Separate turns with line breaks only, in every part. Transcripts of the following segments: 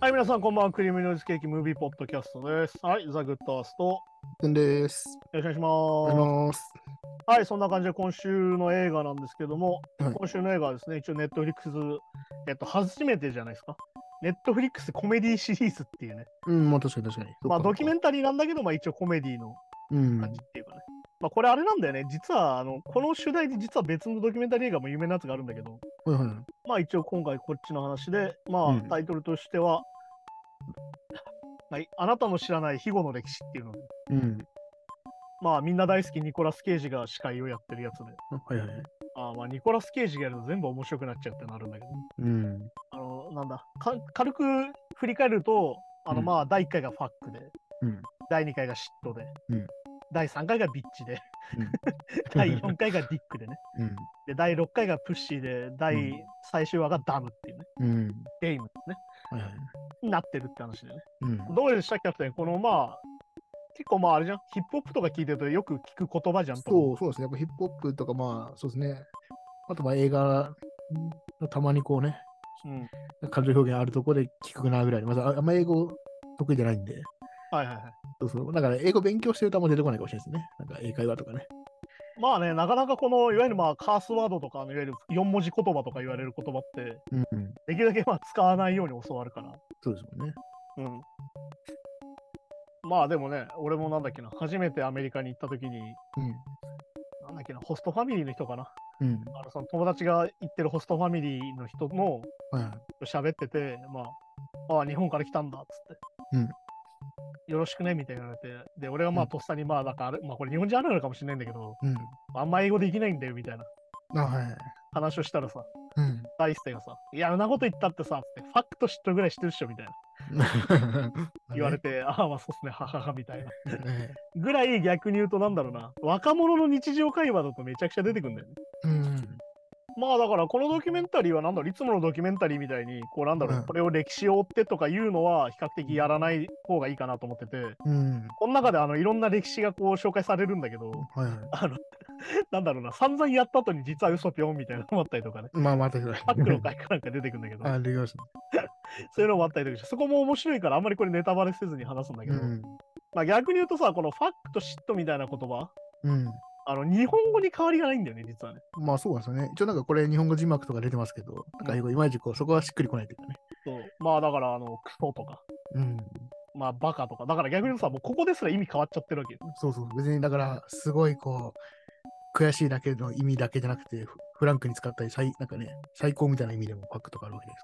はい、皆さん、こんばんは。クリームノイズケーキムービーポッドキャストです。はい、ザ・グッドアースト。よ
くんです。
ろしくお願いし
お
ます。
願いします。
はい、そんな感じで今週の映画なんですけども、
はい
今週の映画はですね、一応ネットフリックス、えっと、初めてじゃないですか。ネットフリックスコメディシリーズっていうね、
うん、まあ確かに確かに。
まあドキュメ
ン
ンタリーなんだけど、まあ一応コメディの
ト。うん。
感じっていうかね。まあこれあれなんだよね、実はあの、この主題で実は別のドキュメンタリー映画も有名なやつがあるんだけど、
はいはい。
まあ一応今回こっちの話で、ま
う
あ
ん
タイトルとしては、はい、あなたの知らない庇護の歴史っていうので
うん。
まあみんな大好きニコラス・ケイジが司会をやってるやつで、
あはいはい。
あーまあニコラス・ケイジがやると全部面白くなっちゃうってなるんだけど、
うん。
あの、なんだ、か軽く振り返ると、あの
うん
まあ第1回がファックで、
うん
第2回が嫉妬で、
うん
第3回がビッチで、
うん
第4回がディックでね、
うん。
で第6回がプッシーで、第、
うん
最終話がダムっていうね、
うん。
ゲームってね、
はいはい。
なってるって話でね。
うん。
どうでしたキャプテンこのまあ、結構まああれじゃん、ヒップホップとか聞いてるとよく聞く言葉じゃんと思う
そう、そうですね。やっぱヒップホップとか、まあそうですね。あとまあ映画、たまにこうね、
うん。
感情表現あるところで聞くなぐらいで。まずああんま英語得意じゃないんで。
はいはいはい。
そうそう。だから英語勉強してるとあんま出てこないかもしれないですね。なんか英会話とかね。
まあね、なかなかこの、いわゆるまあ、カースワードとか、あのいわゆる4文字言葉とか言われる言葉って、
うんうん。
できるだけまあ使わないように教わるから。
そうですもんね。
うん。まあでもね、俺もなんだっけな、初めてアメリカに行った時に、なんだっけな、ホストファミリーの人かな。
うん。うん。
あのその友達が行ってるホストファミリーの人の
はいはい。
喋ってて、まあ、ああ、日本から来たんだっつって。
うん
よろしくねみたいに言われて、で、俺はまあ、
うん
とっさに、まあ、なんかあれ、まあ、これ日本人あるあるかもしれないんだけど、
うん。
あんま英語できないんだよみたいな
あ、はいはい。
話をしたらさ、
うん。
大輔がさ、いや、あんなこと言ったってさ、つってファックと嫉妬ぐらいしてるっしょみたいな言われて、ああ、まあそうっすね、ははは、みたいな。
て。ね
ぐらい逆に言うと、なんだろうな、若者の日常会話だとめちゃくちゃ出てくるんだよね。
うん。
まあだから、このドキュメンタリーは、なんだろう、いつものドキュメンタリーみたいに、こう、なんだろ
う
う、
ん
これを歴史を追ってとかいうのは、比較的やらない方がいいかなと思ってて、
うん。
この中であのいろんな歴史がこう紹介されるんだけど、
はいはい。
あの、なんだろうな、散々やった後に実は嘘ぴょんみたいなのもあったりとか ね。
まあ、またぐらい。
パックの回かなんか出てくるんだけど、
あ、できまし
そういうのもあったりとかして、そこも面白いからあんまりこれネタバレせずに話すんだ
た
けど、
うん。
まあ逆に言うとさ、このファックと嫉妬みたいな言葉、
うん。
あの、日本語に変わりがないんだよね、実はね。
まあ、そうなんですよね。一応、なんかこれ、日本語字幕とか出てますけど、なんか英語、いまいちこう、そこはしっくりこないというかね。
そうまあだから、あの、クソとか、
うん。
まあバカとか、だから逆に言うとさ、もうここですら意味変わっちゃってるわけよ。
そうそう。別に、だから、すごいこう、悔しいだけの意味だけじゃなくて、フフランクに使ったり、最、なんかね、最高みたいな意味でもパックとかあるわけです。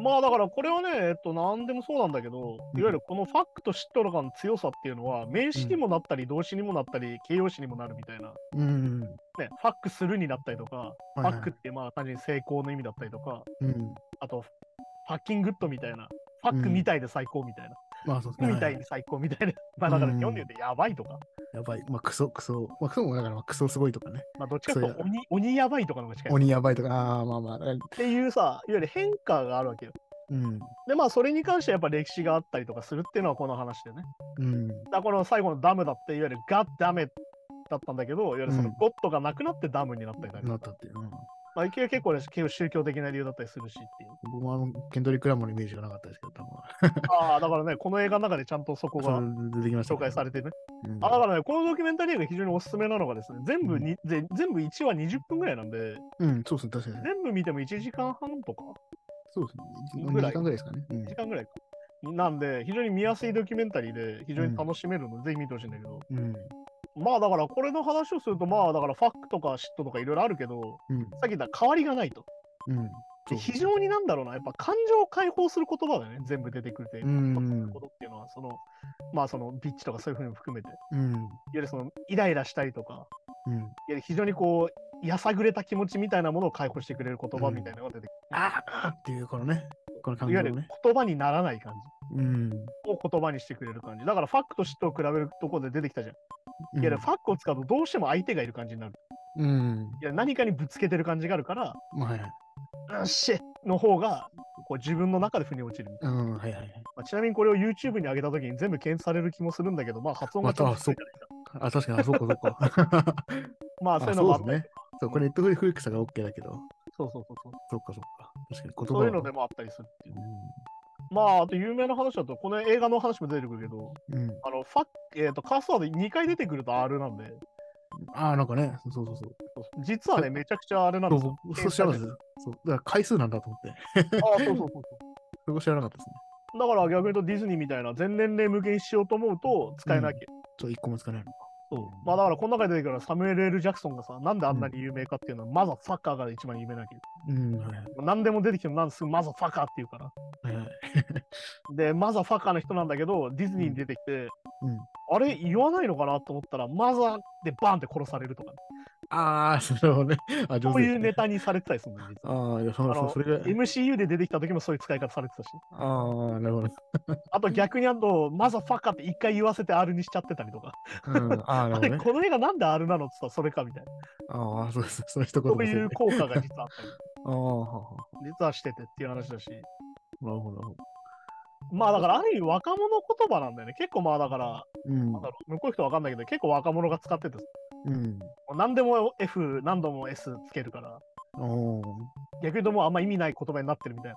まあだからこれはね、えっと、何でもそうなんだけど、
うん
いわゆるこのファックと嫉妬の感の強さっていうのは、名詞にもなったり、動詞にもなったり、形容詞にもなるみたいな、
うん。
ね、ファックするになったりとか、フ
はい
ァ
は
ッ
い
クってまあ単純に成功の意味だったりとか、
うん。
あと、ファッキングッドみたいな、ファックみたいで最高みたいな、
まあ、そうですね。
みたい
は
に最高みたいな、 まあだから
うん
日本で言うとやばいとか、
いやばい。まあ、クソ、クソ。まあ、クソも、だから、まあクソすごいとかね。
まあどっちかというと
そう
鬼鬼やばいとかの方が近い。
鬼 やばいとか、ああ、まあまあ。
っていうさ、いわゆる変化があるわけよ。
うん。
でまあそれに関してやっぱ歴史があったりとかするっていうのはこの話でね。
うん。
だからこの最後のダムだっていわゆるガッダメだったんだけど、いわゆるその
うん
ゴッドがなくなってダムになったりだとか、
なったっていう。うん
まあ、結構ね結構宗教的な理由だったりするしっていう。
僕もあのケンドリック・ラマーのイメージがなかったですけど、多分
ああ、だからね、この映画の中でちゃんとそこが
そう出てきました
紹
けど
介されてね。
うん
あだからね、このドキュメンタリーが非常におすすめなのがですね、全部に、ぜ全部1話20分ぐらいなんで、
うん、そうですね、確かに。
全部見ても1時間半とか、
そうですね。
ぐ
2
らい
時間ぐらいですかね。
1時間ぐらいか。なんで、非常に見やすいドキュメンタリーで、非常に楽しめるので、ぜひ見てほしいんだけど、
うん。うん。
まあだから、これの話をすると、まあだから、ファックとか嫉妬とかいろいろあるけど、
うん。
さっき言った変わりがないと。
うん。。
で非常になんだろうな、やっぱ感情を解放する言葉だよね、全部出てくるというううんことっていうのは、その、まあその、ビッチとかそういうふうに含めて、いわ
うん。
ゆるその、イライラしたりとか、
うん。
いや非常にこう、やさぐれた気持ちみたいなものを解放してくれる言葉みたいなのが出てくる。
ああっていう、このね、この感
いわ
情
ゆる
ね。
言葉にならない感
うん。
じを言葉にしてくれる感じ。だからファックと嫉妬を比べるところで出てきたじゃん。
うん
いや、ファックを使うとどうしても相手がいる感じになる。
うん。
いや、何かにぶつけてる感じがあるから、
まあはいはい。
うん、シェッの方が、こう自分の中で腑に落ちる。
うん、はいはいはい。
まあ、ちなみにこれを YouTube に上げた時に全部検索される気もするんだけど、まあ発音が
ま
ち
た
ょっと低いから
あ、確かに、あ、そうか、そうか。
まあ
あ
そういうのも
そ
あ
う
った
です
り
ね。そう、これ、ネットフリックスが OK だけど、
そうそうそうそう。
そうか、そうか。確かに言葉
そういうの
は
でもあったりするっていう。まあ、あと有名な話だと、この映画の話も出てくるけど、
うん。
あの、ファッ、えっ、と、カスワード2回出てくると R なんで、
ああ、なんかね、そうそうそう。
実はね、めちゃくちゃあれなんですよ。
そうそう知らなかったです。そう。だから回数なんだと思って。
ああ、そうそうそう
そこ知らなかったですね。
そう。だから逆に言うとディズニーみたいな全年齢無限にしようと思うと使えないけ、
ちょっと一個もつかないの。
そう。まあだからこの中で出てくるサムエル・ L ・ジャクソンがさ、なんであんなに有名かっていうのは、まずはサッカーが一番有名なわけど。
うん、はいはい。
何でも出てきてもなんですぐマザーファカーって言うから。
はいはい。
で、マザーファカーの人なんだけど、ディズニーに出てきて、
うん。
あれ言わないのかなと思ったら、マザーでバーンって殺されるとか、
ああ、それはね。あ、上
こう
手で
い
す
う
ね
ネ。タにされてたりするの、実は。
ああ、いや、そ
あの
のそれが。
MCU で出てきた時もそういう使い方されてたし。
ああ、なるほど。
あと逆にあと、マザーファカーって一回言わせて R にしちゃってたりとか。
うん、ああ、なる
あ
ほど
れ、
ね。
この映画なんで R なのって言ったらそれかみたいな。
ああ、そうです。その一言
そう
で
い
す
う
ね。
効果が実はあったり。
ああ、はあは
実はしててっていう話だし。
あなるほどなるほど。
まあだからある意味若者言葉なんだよね。結構まあだから、
うん
なんだろう向こうの人はわかんないけど、結構若者が使ってて、
うん。
何でも F、何度も S つけるから、
お
逆に言うともうあんま意味ない言葉になってるみたい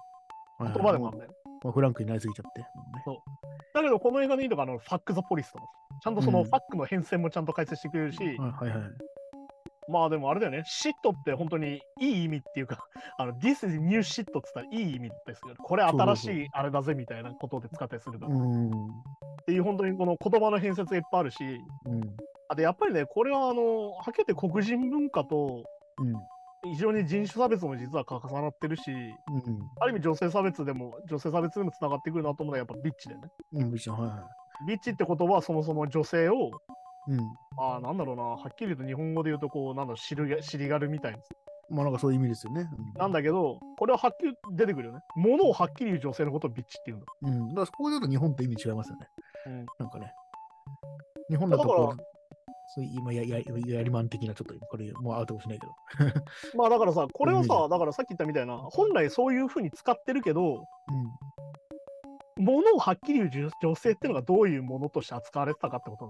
お。
な言葉でもあるんだよね。
まあフランクになりすぎちゃって。
だけど、この映画のいいとこはあのファック・ザ・ポリスとか、ちゃんとそうの
ん
ファックの変遷もちゃんと解説してくれるし、
はいはいはい。
まあでもあれだよね、シットって本当にいい意味っていうか、 あの This is new shit って言ったらいい意味ですよね。これ新し
そうそう
いあれだぜみたいなことで使ったりするから。っ
うん。
ていう本当にこの言葉の変説がいっぱいあるし、
うん。
あとやっぱりね、これはあの、はっきり言って黒人文化と、
うん。
非常に人種差別も実は重なってるし、
うん。
ある意味女性差別でも、女性差別でもつながってくるなと思うのはやっぱビッチだよね。
うん、一緒、はいは
ビッチって言葉はそもそも女性を、
い。うん。
ああ、なんだろうな、はっきり言うと日本語で言うとこう、なんだろう、尻が尻軽みたいな。
まあなんかそういう意味ですよね。
なん
だ
だけど、これははっきり出てくるよね。物をはっきり言う女性のことをビッチって言うんだ。
うん。だからそこで言うと日本と意味違いますよね。
うん
なんかね。日本だと
だ
こ
か
う、そういう今ややややりまん的なちょっと、これもうアウトかもしれないけど。
まあだからさ、これは
う
さ、だからさっき言ったみたいな、本来そういうふうに使ってるけど、
うん。
物をはっきり言う女女性ってのがどういうものとして扱われてたかってこと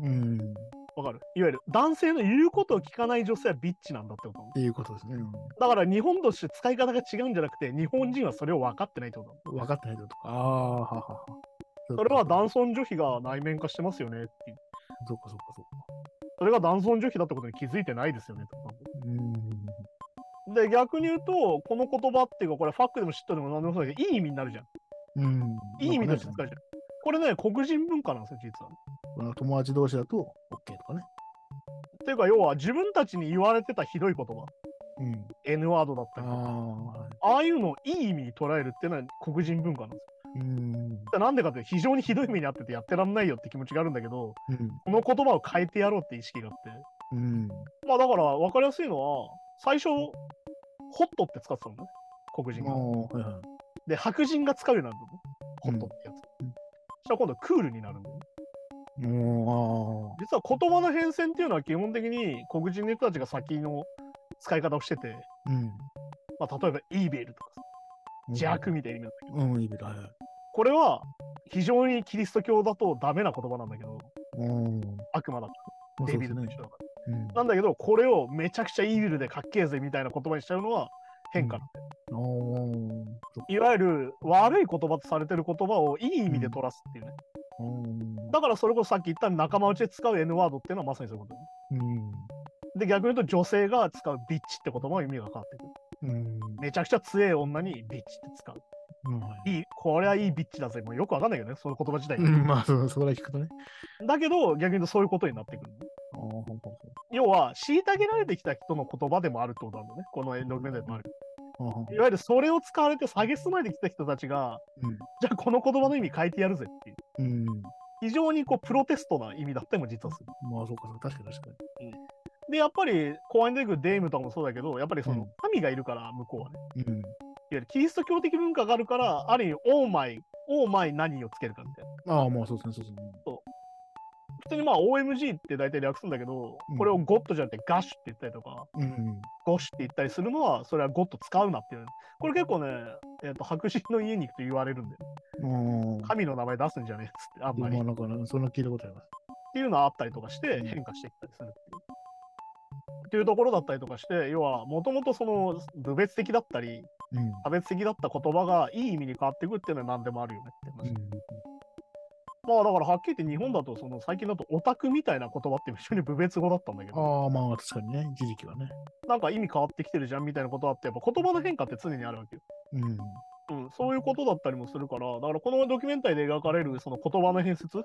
なんだよ。
うん、っ
わかるいわゆる男性の言うことを聞かない女性はビッチなんだってことなんだ
ていうことですね。
だから日本として使い方が違うんじゃなくて、日本人はそれを分かってないってことなんだ
うん、分かってないってことか。ああ、ははは。
それは男
ス。
尊女卑が内面化してますよねっていう。
そうかそうかそうか。
それが男尊女卑だってことに気づいてないですよねってこと
うん。
で、逆に言うと、この言葉っていうか、これファックでも知ったでも何でもそうだけど、いい意味になるじゃん。
うん。
いい意味
な
とし
ん
て
か
使
ね
うじゃん。これね、黒人文化なんですよ、実は。
あの友達同士だと OK とかね。
っていうか、要は自分たちに言われてたひどい言葉、
うん。
N ワードだったりとか、
ああ。
ああいうのをいい意味に捉えるっていうのは黒人文化なんですよ。
うん。
だからなんでかって、非常にひどい目にあっててやってらんないよって気持ちがあるんだけど、
うん。
この言葉を変えてやろうって意識があって。
うん。
まあだから分かりやすいのは、最初、ホットって使ってたのね、黒人
ああ、
が。
はいはい。
で、白人が使うようになるのね、ホットってやつ。
うん
そしたら今度クールになるんだよね。
も
実は言葉の変遷っていうのは基本的に黒人の人たちが先の使い方をしてて、
う、ああ。うん。
まあ、例えばイーベルとかさ邪悪みたいな意味なんだけど、
うん、いいべはいはい。
これは非常にキリスト教だとダメな言葉なんだけど、
うん。
悪魔だか
ま
ら、
あ
デビルの
そう
人だ
ですね
から。
うん。
なんだけど、これをめちゃくちゃイービルでかっけえぜみたいな言葉にしちゃうのは変化なんだよ
お
いわゆる悪い言葉とされてる言葉をいい意味で取らすっていうね。
うん。
だからそれこそさっき言った仲間内で使う N ワードっていうのはまさにそういうことだよね
うん。
で、逆に言うと女性が使うビッチって言葉は意味が変わってくる。
うん。
めちゃくちゃ強い女にビッチって使う。
うんはい
い、これはいいビッチだぜ。もうよくわかんないけどね、その言葉自体
う
が。
ん。まあ、そうそこら聞くとね。
だけど、逆に言うとそういうことになってくる。
ああ、ほんとほんと
要は、虐げられてきた人の言葉でもあるってことなんだよね。この6年代もある。
ああほんと
いわゆるそれを使われて蔑まれてきた人たちが、じゃあこの言葉の意味変えてやるぜっていう。
うん。うん。
非常にこうプロテストな意味だったりも実はする。
まあ、そうか、そうか確かに確かに。
で、やっぱり、公園で出てくるデイムとかもそうだけど、やっぱりそうの
ん
神がいるから、向こうはね。
うん。
いわゆるキリスト教的文化があるから、ある意味、オーマイ、オーマイ何をつけるかみたいな。
ああ、まあ、そうですね、そうですね。
普通にまあ、OMG って大体略すんだけど
う、ん
これをゴッドじゃなくてガッシュって言ったりとか、
うん。
ゴッシュって言ったりするのは、それはゴッド使うなっていう。これ結構ね、えっと白人の家に行くと言われるんで、
うん。
神の名前出すんじゃねえっつって、あんまり。
ま
っ
あ、なんか、そんな聞いたことあります。
ていうのはあったりとかして
う、ん
変化していったりするっていう。っていうところだったりとかして、要は、もともとその、部別的だったり、
うん。
差別的だった言葉がいい意味に変わっていくっていうのは何でもあるよねって話。
うん
まあだからはっきり言って日本だとその最近だとオタクみたいな言葉って非常に侮蔑語だったんだけど、
ああ、まあ確かにね、一時期はね。
なんか意味変わってきてるじゃんみたいなことあって、やっぱ言葉の変化って常にあるわけよ。
うん。
うん、そういうことだったりもするから、だからこのドキュメンタリーで描かれるその言葉の変説っ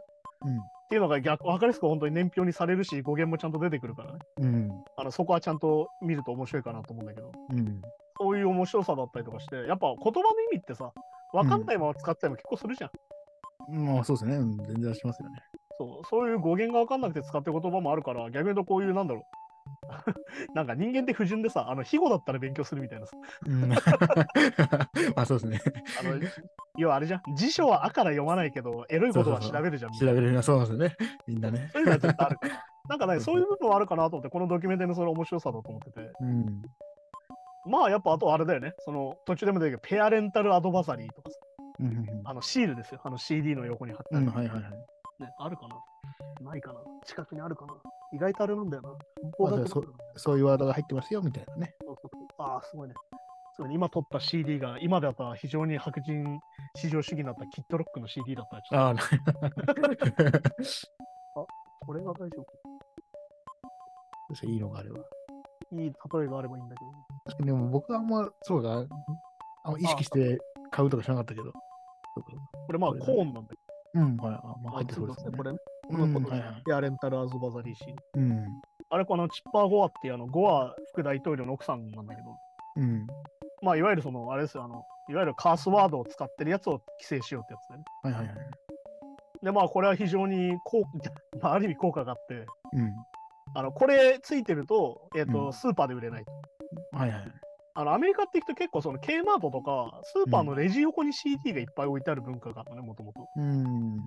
ていうのが逆分かりやすく本当に年表にされるし、語源もちゃんと出てくるからね。
うん。うん。
あのそこはちゃんと見ると面白いかなと思うんだけど、
うん。
そういう面白さだったりとかして、やっぱ言葉の意味ってさ、分かんないまま使ったりも結構するじゃん。
まあそうですね、うん、全然出しますよね。
そうそういう語源が分かんなくて使ってる言葉もあるから、逆に言うとこういう なんだろう。なんか人間って不純でさ、あの、非語だったら勉強するみたいなさ。
うん、まあそうですね。
あの、要はあれじゃん。辞書はあから読まないけど、エロいことは調べるじゃん。みた
調
いな
べれるな、そうなんですよね。みんなね。
そういうのはちょっとある から。なんかね、そういう部分はあるかなと思って、このドキュメンタリーのその面白さだと思ってて。
うん。
まあ、やっぱあとあれだよね。その、途中でも出てくるペアレンタルアドバザリーとかさ
うん。
あの、シールですよ。あの CD の横に貼って
う
あ
ん、
る。
はいはいはい。
ね、あるかなないかな近くにあるかな意外とあれなんだよな。
まあじゃあそそういうワードが入ってますよ、みたいなね。
そうそうそうああ、すごいね。すごいね今撮った CD が、今だったら非常に白人至上主義になったキッドロックの CD だったら、ちょっ
ああ、な
とこれが大丈
いいのがあれば。
夫。いい例えがあればいいんだけど。
確かにでも僕はあんま、そうだ、あんま意識して買うとかしなかったけど。そうか
これまあ
これだね
コーンなんだけ
うん、はい。あまあ
ど、
入ってそうですね。
これね。こ
う
の
ん、
こ
は
と
い
で
はい。
ペアレンタルアズバザリーシール。
うん。
あれこのチッパー・ゴアっていうあのゴア副大統領の奥さんなんだけど、
うん。
まあいわゆるその、あれですよ、あの、いわゆるカースワードを使ってるやつを規制しようってやつだね。
はいはいはい。
でまあこれは非常に効果、 まあある意味効果があって、
うん。
あの、これついてると、えっ、と、
うん
スーパーで売れない。
はいはい。
あのアメリカって行くと結構その K マートとかスーパーのレジ横に CD がいっぱい置いてある文化があったね、もともと。
うん。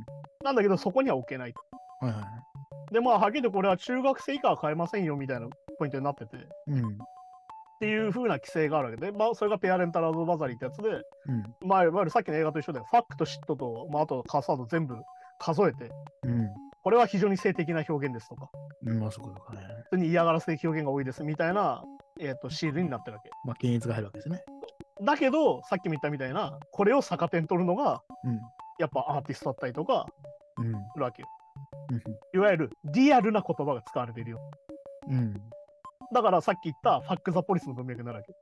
なんだけどそこには置けないと。
はいは
で、まあ、はっきりとこれは中学生以下は買えませんよみたいなポイントになってて、っ
い。うん。
ていう風な規制があるわけで、まあ、それがペアレンタルアドバザリーってやつで、
うん。
まあ、いわゆるさっきの映画と一緒で、ファックとシットと、まあ、あとカスワード全部数えて、
うん。
これは非常に性的な表現ですとか、
うん、まあそこかね。
普通に嫌がらせ的表現が多いですみたいな、えっ、と、シールになってるわけ。
まあ検閲が入るわけですね。
だけど、さっきも言ったみたいな、これを逆手に取るのが、やっぱアーティストだったりとか、
うん。うん。
するわけよ。
う
いわゆるリアルな言葉が使われているよ。
ん。うん
だからさっき言ったファック・ザ・ポリスの文脈になるわけ。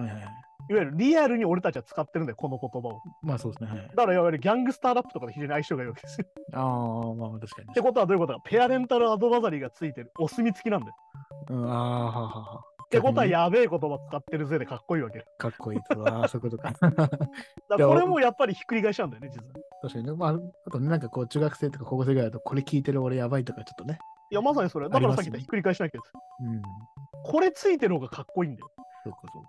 はいはいはい。
いわゆるリアルに俺たちは使ってるんだよ、この言葉を。
まあそうですね。はい、
だからいわゆるギャングスターラップとかで非常に相性がいいわけですよ。
ああ、まあ確かに
っ。てことはどういうことか、ペアレンタルアドバザリーがついてる、お墨付きなんだよ。
うん、ああ、ははは。
ってことは
逆にね
やべえ言葉使ってるぜでかっこいいわけよ。
かっこいいと。ああ、そういうことか。
だ からこれもやっぱりひっくり返しちゃうんだよね、実は。
確かにね。まあ、あとね、なんかこう、中学生とか高校生ぐらいだと、これ聞いてる俺やばいとか、ちょっとね。
いや、まさにそれ。だからさっき言ったひっくり返しなきゃです。
うん。
これついてる方がかっこいいんだよ。
そうか、そうか。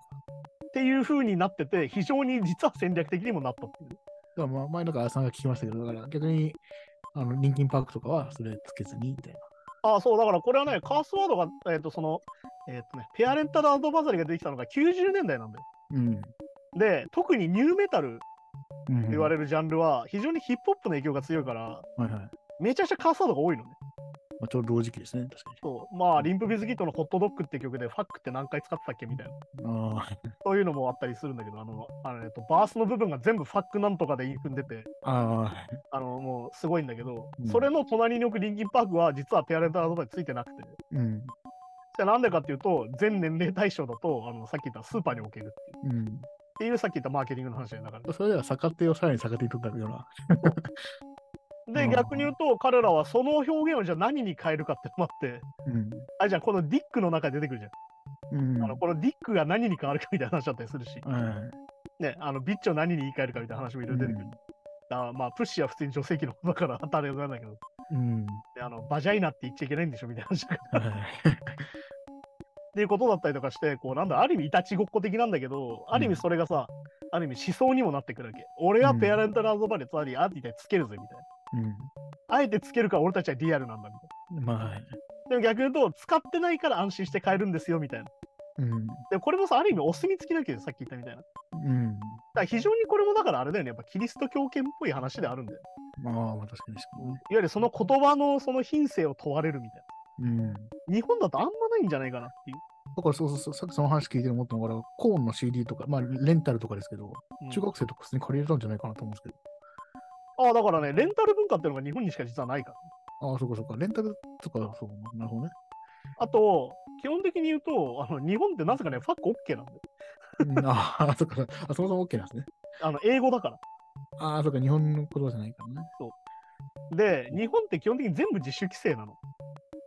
っていう風になってて、非常に実は戦略的にもなったっていう。
だからまあ前なんかあさんが聞きましたけど、だから逆に、あの、リンキンパークとかはそれつけずに、みたいな。
ああ、そう、だからこれはね、カースワードが、えっ、と、その、えっ、とね、ペアレンタルアドバザリーができたのが90年代なんだよ。
うん。
で、特にニューメタル
うん
と言わ
れ
れるジャンルは、非常にヒップホップの影響が強いから、
はいはい。ま
めちゃくちゃカースワードが多いのね。
あ、ちょうど同時期ですね、確
そう、まあ、リンプビズキットのホットドッグって曲で、ファックって何回使ってたっけみたいな、
かに。あ
そういうのもあったりするんだけど、あの、あのえっと、バースの部分が全部ファックなんとかで踏んでて、
あ、あ あ、
あの、もうすごいんだけど、
うん
それの隣に置くリンキンパークは、実はペアレンタルアドバザリーついてなくて。
うん。
じゃあなんでかっていうと、全年齢対象だと、あのさっき言ったスーパーに置けるっていう。
うん。
っていうさっき言ったマーケティングの話だよだか
それでは逆手をさらに逆手に取ったような。
ら。
うん
で、逆に言うと、彼らはその表現をじゃあ何に変えるかってのもあって、
うん。
あれじゃあこのディックの中に出てくるじゃん。
うん。
あのこのディックが何に変わるかみたいな話だったりするし、
うん
ね、あのビッチを何に言い換えるかみたいな話もいろいろ出てくる。だからまあ、プッシーは普通に女性器のことだから当たり前なんだけど、
うん。
であのバジャイナって言っちゃいけないんでしょみたいな話 だから。っ
はい
ていうことだったりとかして、こうなんだ、ある意味いたちごっこ的なんだけど、ある意味それがさ、ある意味思想にもなってくるわけ。俺はペアレンタルアドバレつまりアーティでつけるぜみたいな。あえてつけるから俺たちはリアルなんだみたいな。
うん。まあ、はい。
でも逆に言うと、使ってないから安心して買えるんですよみたいな。
うん。
でこれもさ、ある意味お墨付きだけど、さっき言ったみたいな。だか
うん。
ら非常にこれもだからあれだよね、やっぱキリスト教圏っぽい話であるんだよ、
まあ、まあ、確かに確か
いわゆるその言葉のその品性を問われるみたい
にね。
な。日本だとあんまないんじゃないかなっていう。
だからそうそうそう、さっきその話聞いて思ったのから、コーンの CD とか、まあ、レンタルとかですけど、
うん
中学生とか普通に借りれたんじゃないかなと思うんですけ
ああ、だからね、レンタル文化っていうのが日本にしか実はないから。
ど。ああ、そうかそうか。レンタルとか、そう、なるほどね。
あと、基本的に言うと、あの日本ってなぜかね、ファック OK なんで。
うんああ、そっか。あそもそも OK なんですね。
あの英語だから。
ああ、そっか。日本の言葉じゃないからね。
で、日本って基本的に全部自主規制なの。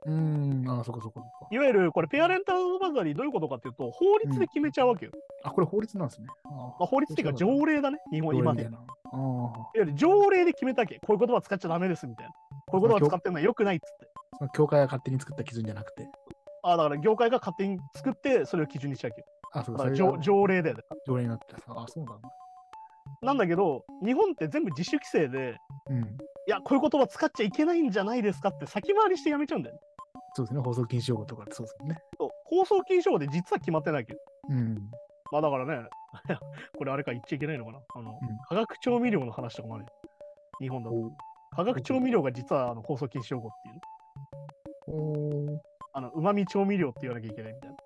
うーん、ああ、そっかそっかそっか。
いわゆる、これ、ペアレンタルアドバイザリーどういうことかっていうと、法律で決めちゃうわけよ。
あ、これ法律なんですね。あ
まあ、法律っていうか、条例だね、日
あ、
本、
今
今
み
で。い
たい
わ
な。ああ、
ゆる条例で決めたわけ。こういう言葉使っちゃダメですみたいな。こういう言葉使ってるのは良くないっつって。
その教会が勝手に作った基準じゃなくて。
ああ、だから業界が勝手に作って、それを基準にしちゃうわけよ。
あ、そう
だ
か。
か
そ
ら条
れが
条例だよね。
条例になってさ。ああ、そうなんだ。
なんだけど、日本って全部自主規制で、
うん。
いや、こういう言葉使っちゃいけないんじゃないですかって先回りしてやめちゃうんだよね。
そうですね。放送禁止用語とかってそうですよね。
そう放送禁止法で実は決まってないわけど。
うん。
まあだからね、 これあれか言っちゃいけないのかな。あの、
うん
化学調味料の話とかもあるよ。日本だと。化学調味料が実はあの放送禁止用語っていうね。
おおー。
あの、旨味調味料って言わなきゃいけないみたいな。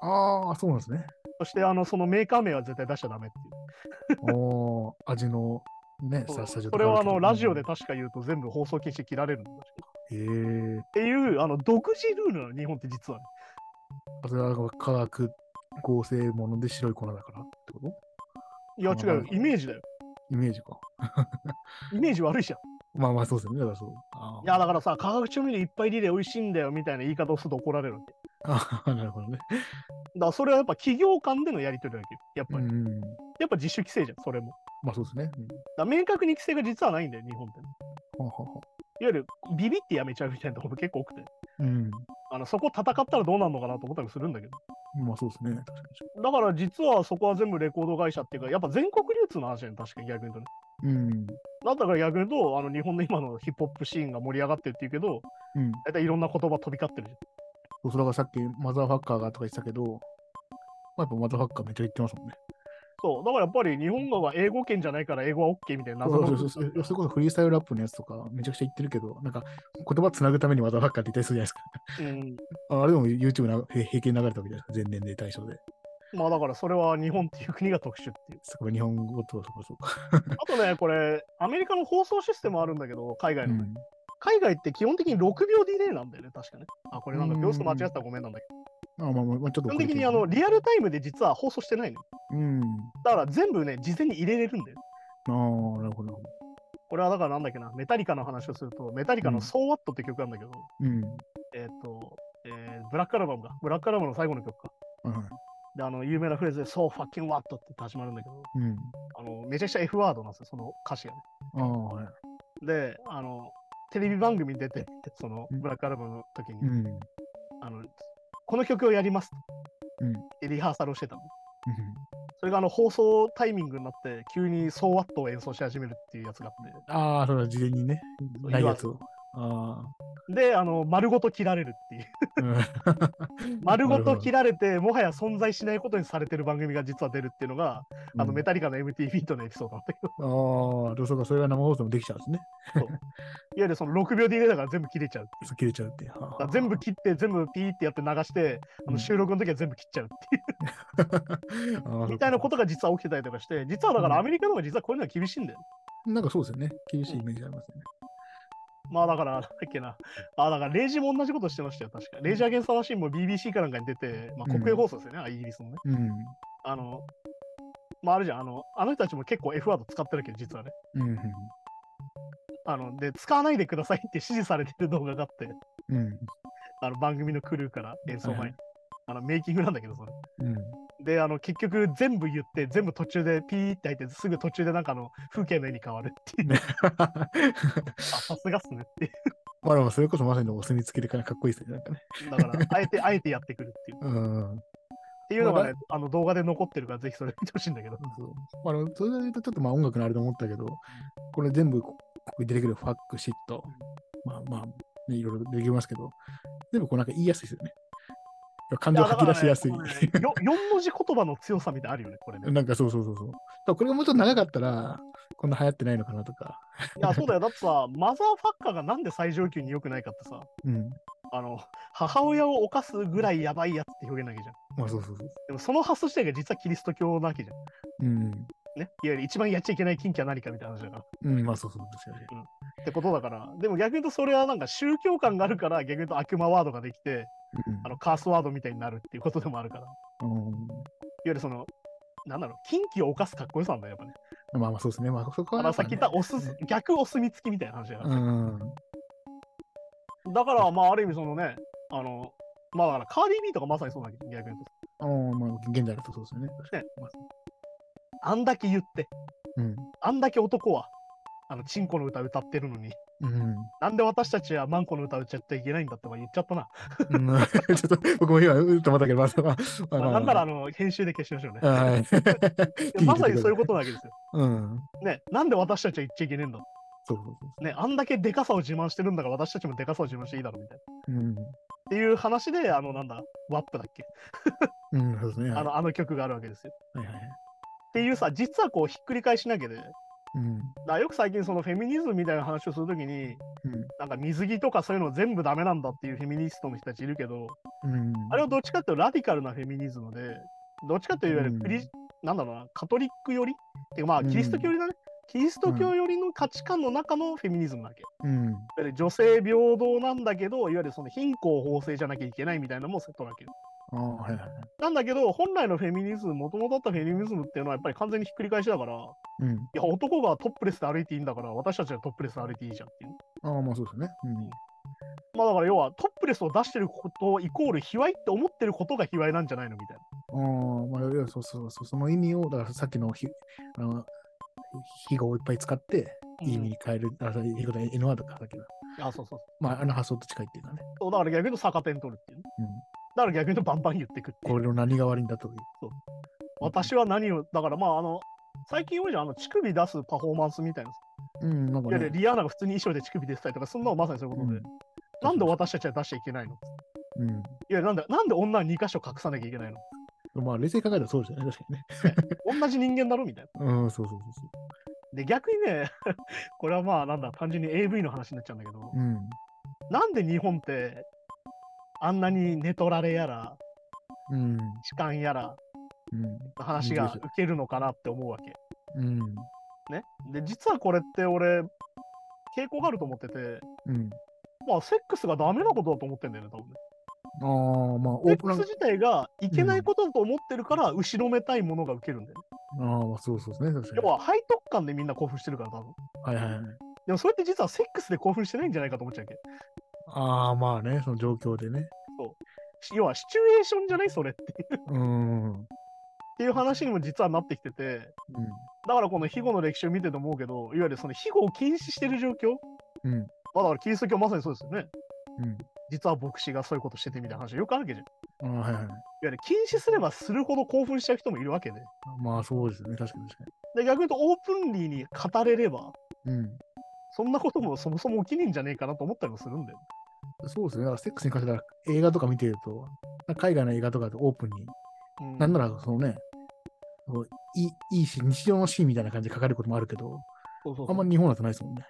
ああ、そうなんです ね。
そして、あの、そのメーカー名は絶対出しちゃダメっていう。
おー味のね、
そ
さスタジオ
れはあの、ラジオで確か言うと全部放送禁止切られるんだよ
へえ。
っていう、あの、独自ルールなの、日本って実は、ね。
あそれは化学合成もので白い粉だからってこと
いや、
あ
違うよ
は。い
イメージだよ。
イメージか。
イメージ悪いじゃん。
まあまあそうですよね。だからそう。あー
いや、だからさ、化学調味料いっぱい入れて美味しいんだよみたいな言い方をすると怒られるわけ。
あー、なるほどね。
だからそれはやっぱ企業間でのやり取りだけど、やっぱ
う
り。
ん。
やっぱ自主規制じゃん、それも。
まあそうですね。うん
だから明確に規制が実はないんだよ、日本ってね。
はははい
わゆるビビってやめちゃうみたいなところ結構多くて、
うん。
あのそこ戦ったらどうなるのかなと思ったりもするんだけど、
まあそうですね。確か
だから実はそこは全部レコード会社っていうか、やっぱ全国流通の話だよね、確かに逆に言うとね。
に。うん。
だったから逆に言うと、あの日本の今のヒップホップシーンが盛り上がってるっていうけど、
うん。
大体いろんな言葉飛び交ってるじ
そうそれがさっきマザーファッカーがとか言ってたけど、まあやっぱマザーファッカーめっちゃ言ってますもんね。
ゃん。そう、だからやっぱり日本語は英語圏じゃないから英語は OK みたいな
そ
謎
う
の
そうそうそう。それこそフリースタイルラップのやつとかめちゃくちゃ言ってるけど、なんか言葉つなぐためにマザーファッカーって言ったりするじゃないですか。
うん
ああれでも YouTube なへ平均流れたわけじゃないですか、前年齢対象で。
まあだからそれは日本っていう国が特殊っていう。
そこ日本語とそこそこ。
あとね、これ、アメリカの放送システムあるんだけど、海外のね、
うん
海外って基本的に6秒ディレイなんだよね、確かね。あ、これなんか秒数間違ってたらごめんなんだけど。
あまあまあまあ、ちょっと
基
遅
本
れて
的
る
にあの、リアルタイムで実は放送してないのよ。
うん。
だから全部ね、事前に入れれるんだよ。
ああ、なるほど。
これはだからなんだっけな、メタリカの話をすると、メタリカ
う
の
ん
So What って曲なんだけど、
うん。
えっ、と、えーブラックアルバムか。ブラックアルバムの最後の曲か。
は
で、あの、有名なフレーズで So fucking what って始まるんだけど、
い。うん。
あの、めちゃくちゃ F ワードなんですよ、その歌詞がね。
ああ、はい。
で、あの、テレビ番組に出て、その
うん
ブラックアルバムの時に、
うん。うん。
あの、この曲をやります
うん
ってリハーサルをしてたの。それがあの放送タイミングになって、急にソーワットを演奏し始めるっていうやつがあっ
ああ、そうだ、事前にね。
そう
ないやつを。あ
て、で、あの丸ごと切られるっていう。
あ。うん
丸ごと
なるほど
切られて、もはや存在しないことにされてる番組が実は出るっていうのが、あのメタリカの MTV とのエピソードなんだけど、
ああ、どうそうか、それが生放送もできちゃうんですね。
いわゆるその6秒で入れだから全部切れちゃうっていう。
そう切れちゃうっていう。はあ
だ
は
か
あ
ら全部 切って、全部ピーってやって流して、あ
う
の
ん
収録の時は全部切っちゃうっていう、
ああ
みたいなことが実は起きてたりとかして、実はだからアメリカの方が実はこういうのは厳しいんだよ。
と。なんかそうですよね。厳しいイメージありますよね。
まあだから、なんだっけな。あだから、レイジも同じことしてましたよ、確か。レイジアゲンストマシンも BBC かなんかに出て、まあ、国営放送ですよね、あイギリスのね。あの、まああるじゃん、あの、あの人たちも結構 F ワード使ってるけど、実はね。
うん。うん
あの、で、使わないでくださいって指示されてる動画があって、
うん。うん。
あの、番組のクルーから演奏
は
前
い
に。あの、メイキングなんだけど、それ。
うん。
で、あの、結局全部言って、全部途中でピーって入って、すぐ途中でなんかあの、風景の絵に変わるっていう。あ、さすがっすねってい
まあでもそれこそまさにお墨付きでからかっこいいですね。なんかね。
う。だ から、あえて、あえてやってくるっていう。
うん。
っていうのがね、あの動画で残ってるから、ぜひそれ見てほしいんだけど。
そうまあでもそれで言うとちょっとまあ音楽のあれと思ったけど、これ全部ここに出てくるファック、シット、まあまあ、ね、いろいろできますけど、全部こうなんか言いやすいですよね。感情吐き出しやすい。
よ4文字言葉の強さみたいなのあるよね、これね。
なんかそうそうそうそう。だからこれがもうちょっと長かったら、こんな流行ってないのかなとか。
いや、そうだよ。だってさ、マザーファッカーがなんで最上級に良くないかってさ、
うん。
あの、母親を犯すぐらいやばいやつって表現なきゃじゃん。
まあそうそうそう。
でもその発想自体が実はキリスト教なわけじゃん。
うん。
ね。いわゆる一番やっちゃいけない禁忌は何かみたいな話だから。
うん、まあそうそうですよね。
ってことだから。でも逆に言うとそれはなんか宗教感があるから逆に言うと悪魔ワードができて、あのカースワードみたいになるっていうことでもあるから。いわ
うん。
ゆるその、なんだろう、禁忌を犯すかっこよさなんだよ、やっぱね。
まあまあそうですね。まあそ
あ
こは、
のさっき言ったおすす逆お墨付きみたいな話だから。
うん。
だから、まあ、ある意味、そのね、あの、まあ、だから、カーディビーとかまさにそうだけど、逆に言うと。
あのまあ、現代だとそうですよね。
ねあんだけ言って、
うん。
あんだけ男は、あの、チンコの歌歌ってるのに、
うん。
なんで私たちはマンコの歌歌っちゃっていけないんだってお前言っちゃったな。
うん、 ちょっと僕も今、うっとまたけど、まあ、まあ、
まあなんなら、あの、編集で消しましょうね。
は い。
いやまさにそういうことなわけですよ。
と。 うん。
ね、なんで私たちは言っちゃいけねえんだ。
そうそうそ
ね、あんだけでかさを自慢してるんだから、私たちもでかさを自慢していいだろ、みたいな。
う。うん。
っていう話で、あの、なんだ、ワップだっけ、
うん、そうですね。
あ
は
の、あの曲があるわけですよ。
いはいはい。
っていうさ、実はこう、ひっくり返しなきゃで、だか
うん。
らよく最近、そのフェミニズムみたいな話をするときに、なんか水着とかそういうの全部ダメなんだっていうフェミニストの人たちいるけど、
うん。
あれはどっちかっていうとラディカルなフェミニズムで、どっちかっていうといわゆるクリ、
うん
なんだろうな、カトリック寄りっていうかまあ
うん
キリスト教寄りだね。キリスト教寄りの価値観の中のフェミニズムだっけ。い
うん。
わゆる女性平等なんだけど、いわゆるその貧困法制じゃなきゃいけないみたいなのもセットなわけよ。
ああ、はいはい。
なんだけど、本来のフェミニズム、もともとあったフェミニズムっていうのはやっぱり完全にひっくり返しだから、い
うん。
や、男がトップレスで歩いていいんだから、私たちはトップレスで歩いていいじゃんっていう。
ああ、まあそうですね。
まあだから要はトップレスを出してることイコール卑猥って思ってることが卑猥なんじゃないのみたい
うん。ああ、まあ、いやそうそうそう。その意味を、だからさっきのひ、あの、ひ語をいっぱい使って、
な。
いい意味に変える、あ、そういうこと N ワードか、だけど。
うんあ、そうそう
まあ、あの発想と近いっていうかね。
そう。だから逆に言うと逆点取るっていうね。
うん。
だから逆に言うとバンバン言ってくっていう
これの何が悪いんだという。
私は何を、だからまああの、最近多いじゃん、あの乳首出すパフォーマンスみたいな。
うん、なん
い
か
やいや、
ね。
リアーナが普通に衣装で乳首出したりとか、そんなのまさにそういうことで。なんで私たちは出しちゃいけないの
う
いや、なんで、なんで女は2箇所隠さなきゃいけないの
ん。まあ、冷静に考えたらそうですよね、確かにね。
同じ人間だろみたいな。
うん、そうそうそうそ
で、逆にね、 これはまあなんだ、単純に AV の話になっちゃうんだけど、
う。うん。
なんで日本って、あんなに寝取られやら、
うん。
痴漢やら
うん。
の話が受けるのかなって思うわけ。
うん。
ね。で、実はこれって俺、傾向があると思ってて、
うん。
まあ、セックスがダメなことだと思ってんだよね、多分ね。
ああ、まあ、オ
セ
ー
ッ
プン
ク
あ
ス自体がいけないことだと思ってるから、後ろめたいものが受けるんだよね。
あー、まあ、そうそうですね、確かに
要。は、背徳感でみんな興奮してるから、多分。
はいはいはい。
でも、それって実はセックスで興奮してないんじゃないかと思っちゃうわけ。
ああ、まあね、その状況でね。
し要は、シチュエーションじゃないそれって。っ
うーん。うん。
ていう話にも実はなってきてて、だからこの庇護の歴史を見てて思うけど、いわゆるその庇護を禁止してる状況、
うん。
まあ、だからキリスト教まさにそうですよね。
うん。
実は牧師がそういうことしててみたいな話よくあるわけじゃん。い
あーはいはい。
わゆる禁止すればするほど興奮しちゃう人もいるわけで。
まあ、そうですよね、確かに確か
で、逆に言うとオープンリーに語れれば、
に。うん。
そんなこともそもそも起きねえんじゃねえかなと思ったりもするんだよ。
そうですね、だからセックスに関しては映画とか見てると、海外の映画とかでオープンに、
うん
なんならそのね、こういいいいし、日常のシーンみたいな感じで書かれることもあるけど、
そうそう
あ
そ
ん
う
まり日本だとないですもんね。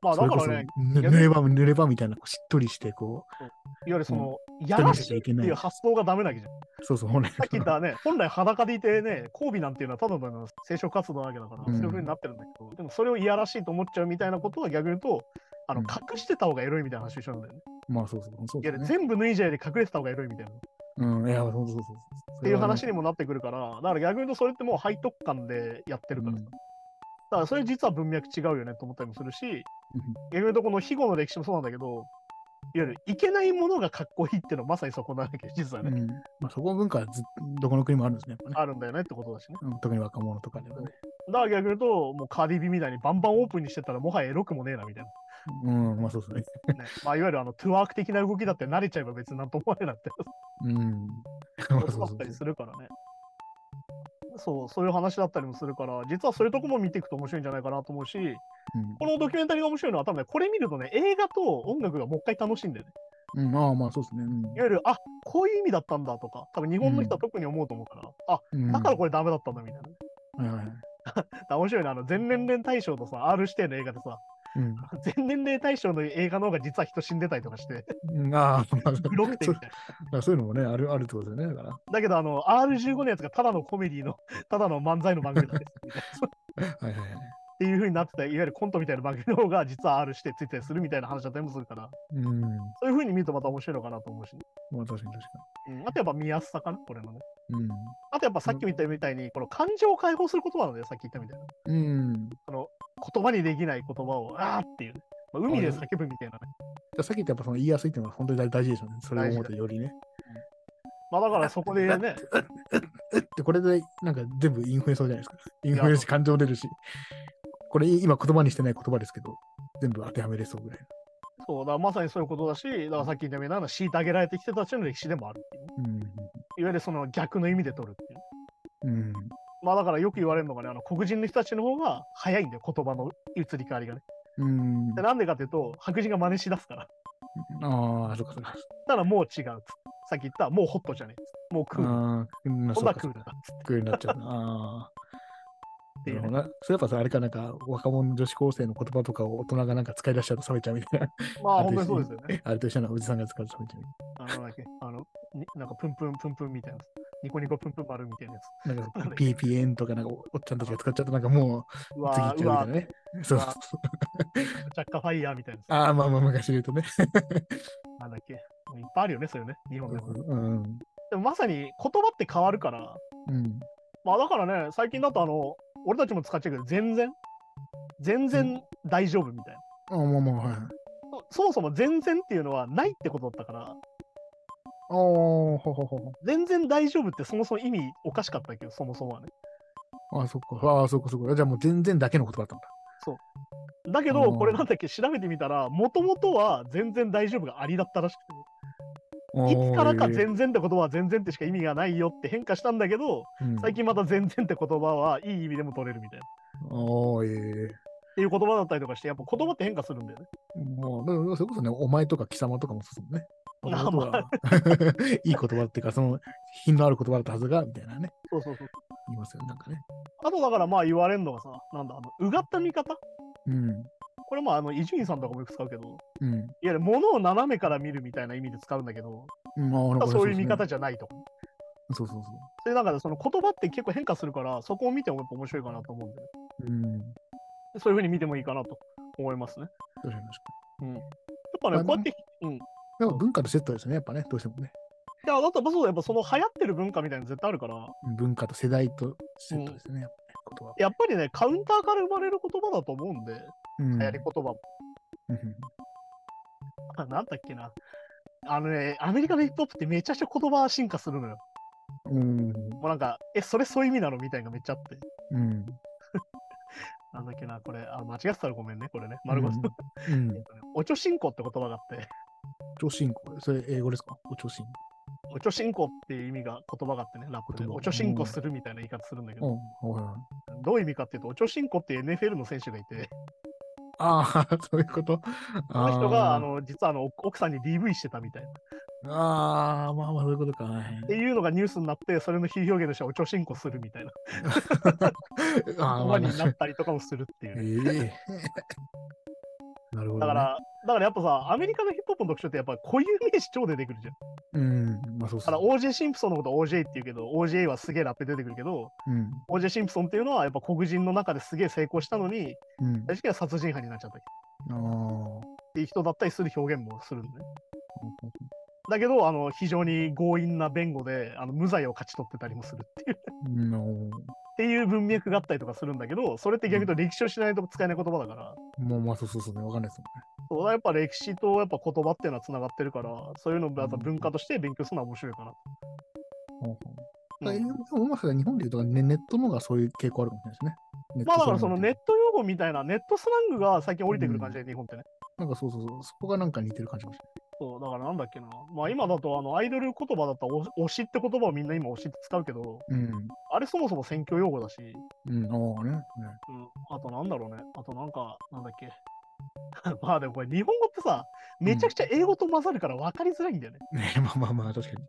まあ
そ
だ
れ
か
こそ、
らね、
ぬ
逆に
濡れば濡ればみたいな、こうしっとりして、こ
いわゆるその、やらしいっていう発想がダメなわけじゃん。
う、そうそう、本 来
さっき言ったね、本来裸でいてね、交尾なんていうのはただの生殖活動なわけだから、
うん
そういうふうになってるんだけど、でもそれをいやらしいと思っちゃうみたいなことは逆に言うと、あの
うん
隠してた方がエロいみたいな話をしちゃうんだよね。
まあそうそう、そう
いや
ですね。
全部脱いじゃいで隠れてた方がエロいみたいな。っ
うん、いや、そうそうそうそう。って
いう話
に。
にもなってくるから、だから逆に言うとそれってもう背徳感でやってるからさ。
うん
だからそれ実は文脈違うよねと思ったりもするし、逆に言うとこの庇護の歴史もそうなんだけど、いわゆるいけないものがかっこいいっていうのはまさにそこなんだけど、実は
う
ね、
んまあ、そこの文化はずどこの国もあるんですね、やっぱね。
あるんだよねってことだしね。
うん特に若者とかではね。
だから逆に言うと、もうカーディビみたいにバンバンオープンにしてたら、もはやエロくもねえなみたい
うん、まあそうですね。
な。ね まあ、いわゆるあのトゥワーク的な動きだって慣れちゃえば別になんとも思われなくて、
うん。まあ
こ
そ
とだ
うそ
っ
う
たりするからね。そう、そういう話だったりもするから、実はそういうとこも見ていくと面白いんじゃないかなと思うし、
うん
このドキュメンタリーが面白いのは、多分ね、これ見るとね、映画と音楽がもう一回楽しいんだよね。
うん、ああ、まあそうですね。うん
いわゆる、あこういう意味だったんだとか、多分日本の人は特に思うと思うから、あ
うん。
だから
こ
これダメだったんだみたいな。
れ。はいはい。
だから面白いな、あの、全年齢大賞とさ、R 指定の映画でさ、
うん
全年齢大賞の映画の方が実は人死んでたりとか して、
うん。ああ、まあ、そう
黒くてみたい
そういうのもね、あるあるってことですよね。だから。
な。だけど、あの、R15 のやつがただのコメディの、ただの漫才の番組なんですみたいな。
はいはいはい。
っていう風になってた、いわゆるコントみたいな番組の方が実は R してついてたりするみたいな話だったりもするから、
うん。
そういう風に見るとまた面白いのかなと思うし、ね
まあ確かに確か
うん、あとやっぱ見やすさかな、これのね。
に。
あとやっぱさっきも言ったみたいに、この感情を解放することなんだよ、さっき言ったみたいな。
うん。うん。
言葉にできない言葉を、あーっていう、まあ海で叫ぶみたいなね。
じゃあさっき言ったやっぱその言いやすいっていうのは本当に大大事ですよね。それを思うとよりね。
まあだからそこで ね、
で、これでなんか全部インフルエンサーじゃないですか。インフルエンス感情出るし。これ今言葉にしてない言葉ですけど、全部当てはめれそうぐらい。
そうだからまさにそういうことだし、だからさっき言ったみたいな、虐げられてきてた人の歴史でもあるっていう、いわゆるその逆の意味で取るっていう。
うん。うん。
まあだからよく言われるのがね、あの黒人の人たちの方が早いんだよ、言葉の移り変わりがね。
うん
で、なんでかっていうと、白人が真似しだすから。
ああ、そうかそうか。
たらもう違うっつって。さっき言った、もうホットじゃねえっつって。もうクール。
ああ、うん
今
そう
度は
か
クー
そう
ルだ
か
っつって。
クールになっちゃうな。
っ
ああ。
てい
な
う
る
ね
ほどな。それやっぱさ、あれかなんか、若者女子高生の言葉とかを大人がなんか使い出しちゃうと冷めちゃうみたいな。
まあ本当にそうですよね。
あれと一緒なのおじさんが使うと冷めちゃ
あの、なんだっけ、あの、になんかプンプンプンプンみたいなやつ。ニコニコプンプン丸みたいなやつ。
う。なんか、ピーピーエンとかなんかお、おっちゃんたちが使っちゃうとなんかも
う
う、次行
わ
っ
ー
ち
う
ゃ
わー
うみたいなね。そうそうそう。
ジャッカファイヤーみたいなや
ああ、まあまあ、昔で言うとね。
つ。なんだっけ。もういっぱいあるよね、そういうね。日本でも。
うん。
でもまさに言葉って変わるから、
うん。
まあだからね、最近だとあの、俺たちも使っちゃうけど、全然、全然大丈夫みたいな。
ああ、まあまあ、はいはい。
そもそも全然っていうのはないってことだったから、
ああ、ほほほほ。
全然大丈夫ってそもそも意味おかしかったけど、そもそもはね。
ああ、そっか。ああ、そっかそっか。じゃあもう全然だけの言葉だったんだ。
だけど、
うん
これなんだっけ、調べてみたら、もともとは全然大丈夫がありだったらしくて、いつからか全然って言葉は全然ってしか意味がないよって変化したんだけど、
うん
最近また全然って言葉はいい意味でも取れるみたいな。っ
ああ、ええ
ていう言葉だったりとかして、やっぱ言葉って変化するんだよね。
もう、だからそれこそね、お前とか貴様とかもそうですもんね。
あ
元々は いい言葉っていうか、その品のある言葉だったはずが、みたいなね、
そうそうそう。
言いますよね、なんかね。
あとだからまあ言われるのがさ、なんだ、あの、うがった見方
うん。
これまああの、伊集院さんとかもよく使うけど、
うん。
いや、物を斜めから見るみたいな意味で使うんだけど、
うん、ああ、なんか
そういう見方
じ
じゃないとか。
ゃ。そうそうそ
そういう中でその言葉って結構変化するから、そこを見てもやっぱ面白いかなと思うんで、ね、
う。うん。
そういうふうに見てもいいかなと思いますね。
確かに確かに。
やっぱね、
まあ
こうやって、うん。い
やっぱ文化とセットですよね、やっぱね、どうしてもね。
や、だってまあそうだ、やっぱその流行ってる文化みたいなの絶対あるから、
文化と世代とセットですよね、やっぱね、
やっぱりね、カウンターから生まれる言葉だと思うんで、
言葉は。うん。
流行り言葉も。
うん
あなんだっけな。あのね、アメリカのヒップホップってめちゃくちゃ言葉進化するのよ。
うん。
もうなんか、え、それそういう意味なのみたいなのがめっちゃあって。
うん。
なんだっけな、これ、あ間違ってたらごめんね、これね。丸ごと。
うん。うん
えっとねおちょ進行って言葉があって、
超進行。それ英語ですかお超進
おちょ進行っていう意味が、言葉があってね、ラップで、
言葉
おちょ進行するみたいな言い方するんだけど、
行。うん。はいはい。
どういう意味かっていうと、おちょ進行っていう NFL の選手がいて、
ああ、 そういうこと。
その人が、あの、実はあの奥奥さんに DV してたみたいな。っ
ああ、まあまあ、そういうこと か。はい
ていうのがニュースになって、それの比喩表現としておちょ進行するみたいな
ああ、
言
ま
葉
あ
に
ま
な
あ、
ったりとかもするっていう
ええ
ね。
なるほど、ね。
だから、だからやっぱさ、アメリカのヒップホップの特徴ってやっぱ固有名詞超出てくるじゃん。
うん、まあそうそ
だから
う。
OJ シンプソンのこと OJ って言うけど、OJ はすげえラップで出てくるけど、
うん、
OJ シンプソンっていうのはやっぱ黒人の中ですげえ成功したのに、
うん。
最終的には殺人犯になっちゃった
ああ、
っていう人だったりする表現もするんで、ね。だけど、あの、非常に強引な弁護で、あの、無罪を勝ち取ってたりもするっていう、っ
うん、お
ていう文脈があったりとかするんだけど、それって逆に言うと歴史を知らないと使えない言葉だから、
もうまあそうそうそうね、わかんないです
そうやっぱ歴史とやっぱ言葉っていうのは繋がってるから、そういうのをやっぱ文化として勉強するのは面白いかな。
もんね。
うん
うん、でも、まさに日本でいうと、ね、ネットの方がそういう傾向あるかもしれないですね。
まあだからそのネッ
ト
ト用語みたいな、ネットスラングが最近降りてくる感じで、日本ってね。
スラング。なんかそうそうそう、そこがなんか似てる感じかもし
そう、だからなんだっけな。まあ今だとあのアイドル言葉だったら推推しって言葉をみんな今推しって使うけど、
れない。
あれそもそも選挙用語だし、
うん、うん、ああね。
う ん、あとなんだろうね。あとなんか、なんだっけ。 まあでもこれ日本語ってさ、めちゃくちゃ英語と混ざるから分かりづらいんだよね。
ね、まあまあまあ、確かに。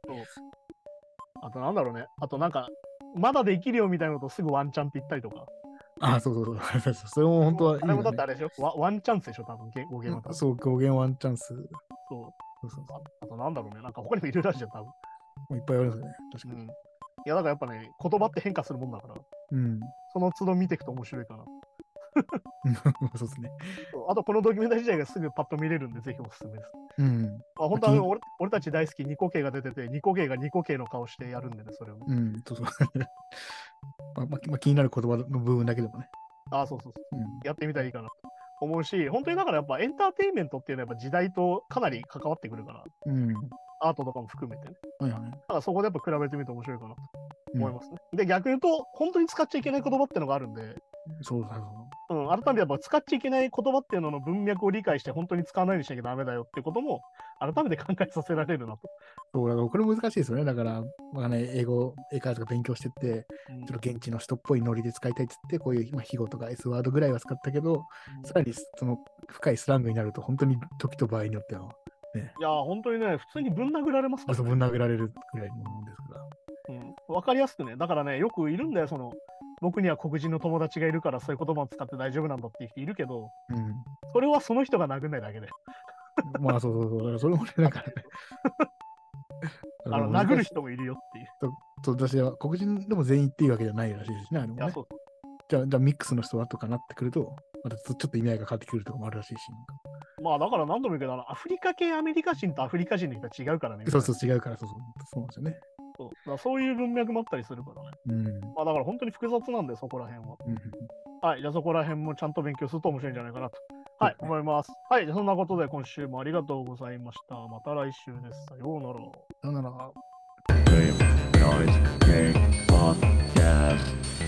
あとなんだろうね。あとなんか、まだできるよみたいなことすぐワンチャンって言ったりとか。
あ、そうそうそうそう そう。それも本当はいい
あれもだ
よ
っ
ね
てあれでしょワワンチャンスでしょ多分ゲ語源は多分。
そう、語源ワンチャンス。そう
そう
そうそ
ああとなんだろうね。なんか他にもいろいろあるじゃん、多分。
う。もういっぱいありますよね。確か
う
に。
ん。いやだからやっぱね、言葉って変化するもんだから、
うん。
その都度見ていくと面白いかな。
そうですね。
そうあとこのドキュメンタリー自体がすぐパッと見れるんで、ぜひおすすめです。
うん。
まあ、本当は
う
ね
ん
俺俺たち大好きニコ系が出てて、ニコ系がニコ系の顔してやるんでね、それをね。
うん。そう そう。まあ、まあ、まあ気になる言葉の部分だけでもね。
ああ、そうそうそう。
うん。
やってみたらいいかなと思うし、本当にだからやっぱエンターテインメントっていうのはやっぱ時代とかなり関わってくるから、
うん。
アートとかも含めてね。
はいはい。
だからそこでやっぱ比べてみると面白いかなと
うん
思いますね。で、逆に言うと、本当に使っちゃいけない言葉ってのがあるんで、
そうそうそ
うん、改めてやっぱ使っちゃいけない言葉っていうのの文脈を理解して、本当に使わないようにしなきゃダメだよってことも、改めて考えさせられるなと。
う。そう、だからこれ難しいですよね。だから、まあね、英語、英会話とか勉強してって、
うん
ちょっと現地の人っぽいノリで使いたいっつって、こういう、まあ、ヒ語とか S ワードぐらいは使ったけど、さらにその深いスラングになると、本当に時と場合によっては、
いやー、本当にね、普通にぶん殴られますか
あ
ら、
そ
ね
ぶん殴られるぐらいのものですから。
うん。わかりやすくね、だからね、よくいるんだよ、その、僕には黒人の友達がいるから、そういう言葉を使って大丈夫なんだっていう人いるけど、
う
それはその人が殴んないだけで。
ん。まあ、そうそうそう。だからそれもね、だからね。
あの殴る人もいるよっていう。
と私は黒人でも全員っていうわけじゃないらしいですね。あれも
い
ね
や、そう。
じゃあ、じゃあミックスの人はとかなってくると、またちょっと意味合いが変わってくるとかもあるらしいし、なんか
まあだから何度も言うけど、あのアフリカ系アメリカ人とアフリカ人の人は違うからね。
そう
みたいな
そう違うから、そうそう、そうなんです
そう。だからそういう文脈もあったりするからね。
よね。うん。
まあだから本当に複雑なんで、そこら辺は。
うん
はい。じゃあそこら辺もちゃんと勉強すると面白いんじゃないかなと。はい、思います。はい。じゃあそんなことで今週もありがとうございました。また来週です。さようなら。
さよなら。
Game Noise Game Podcast.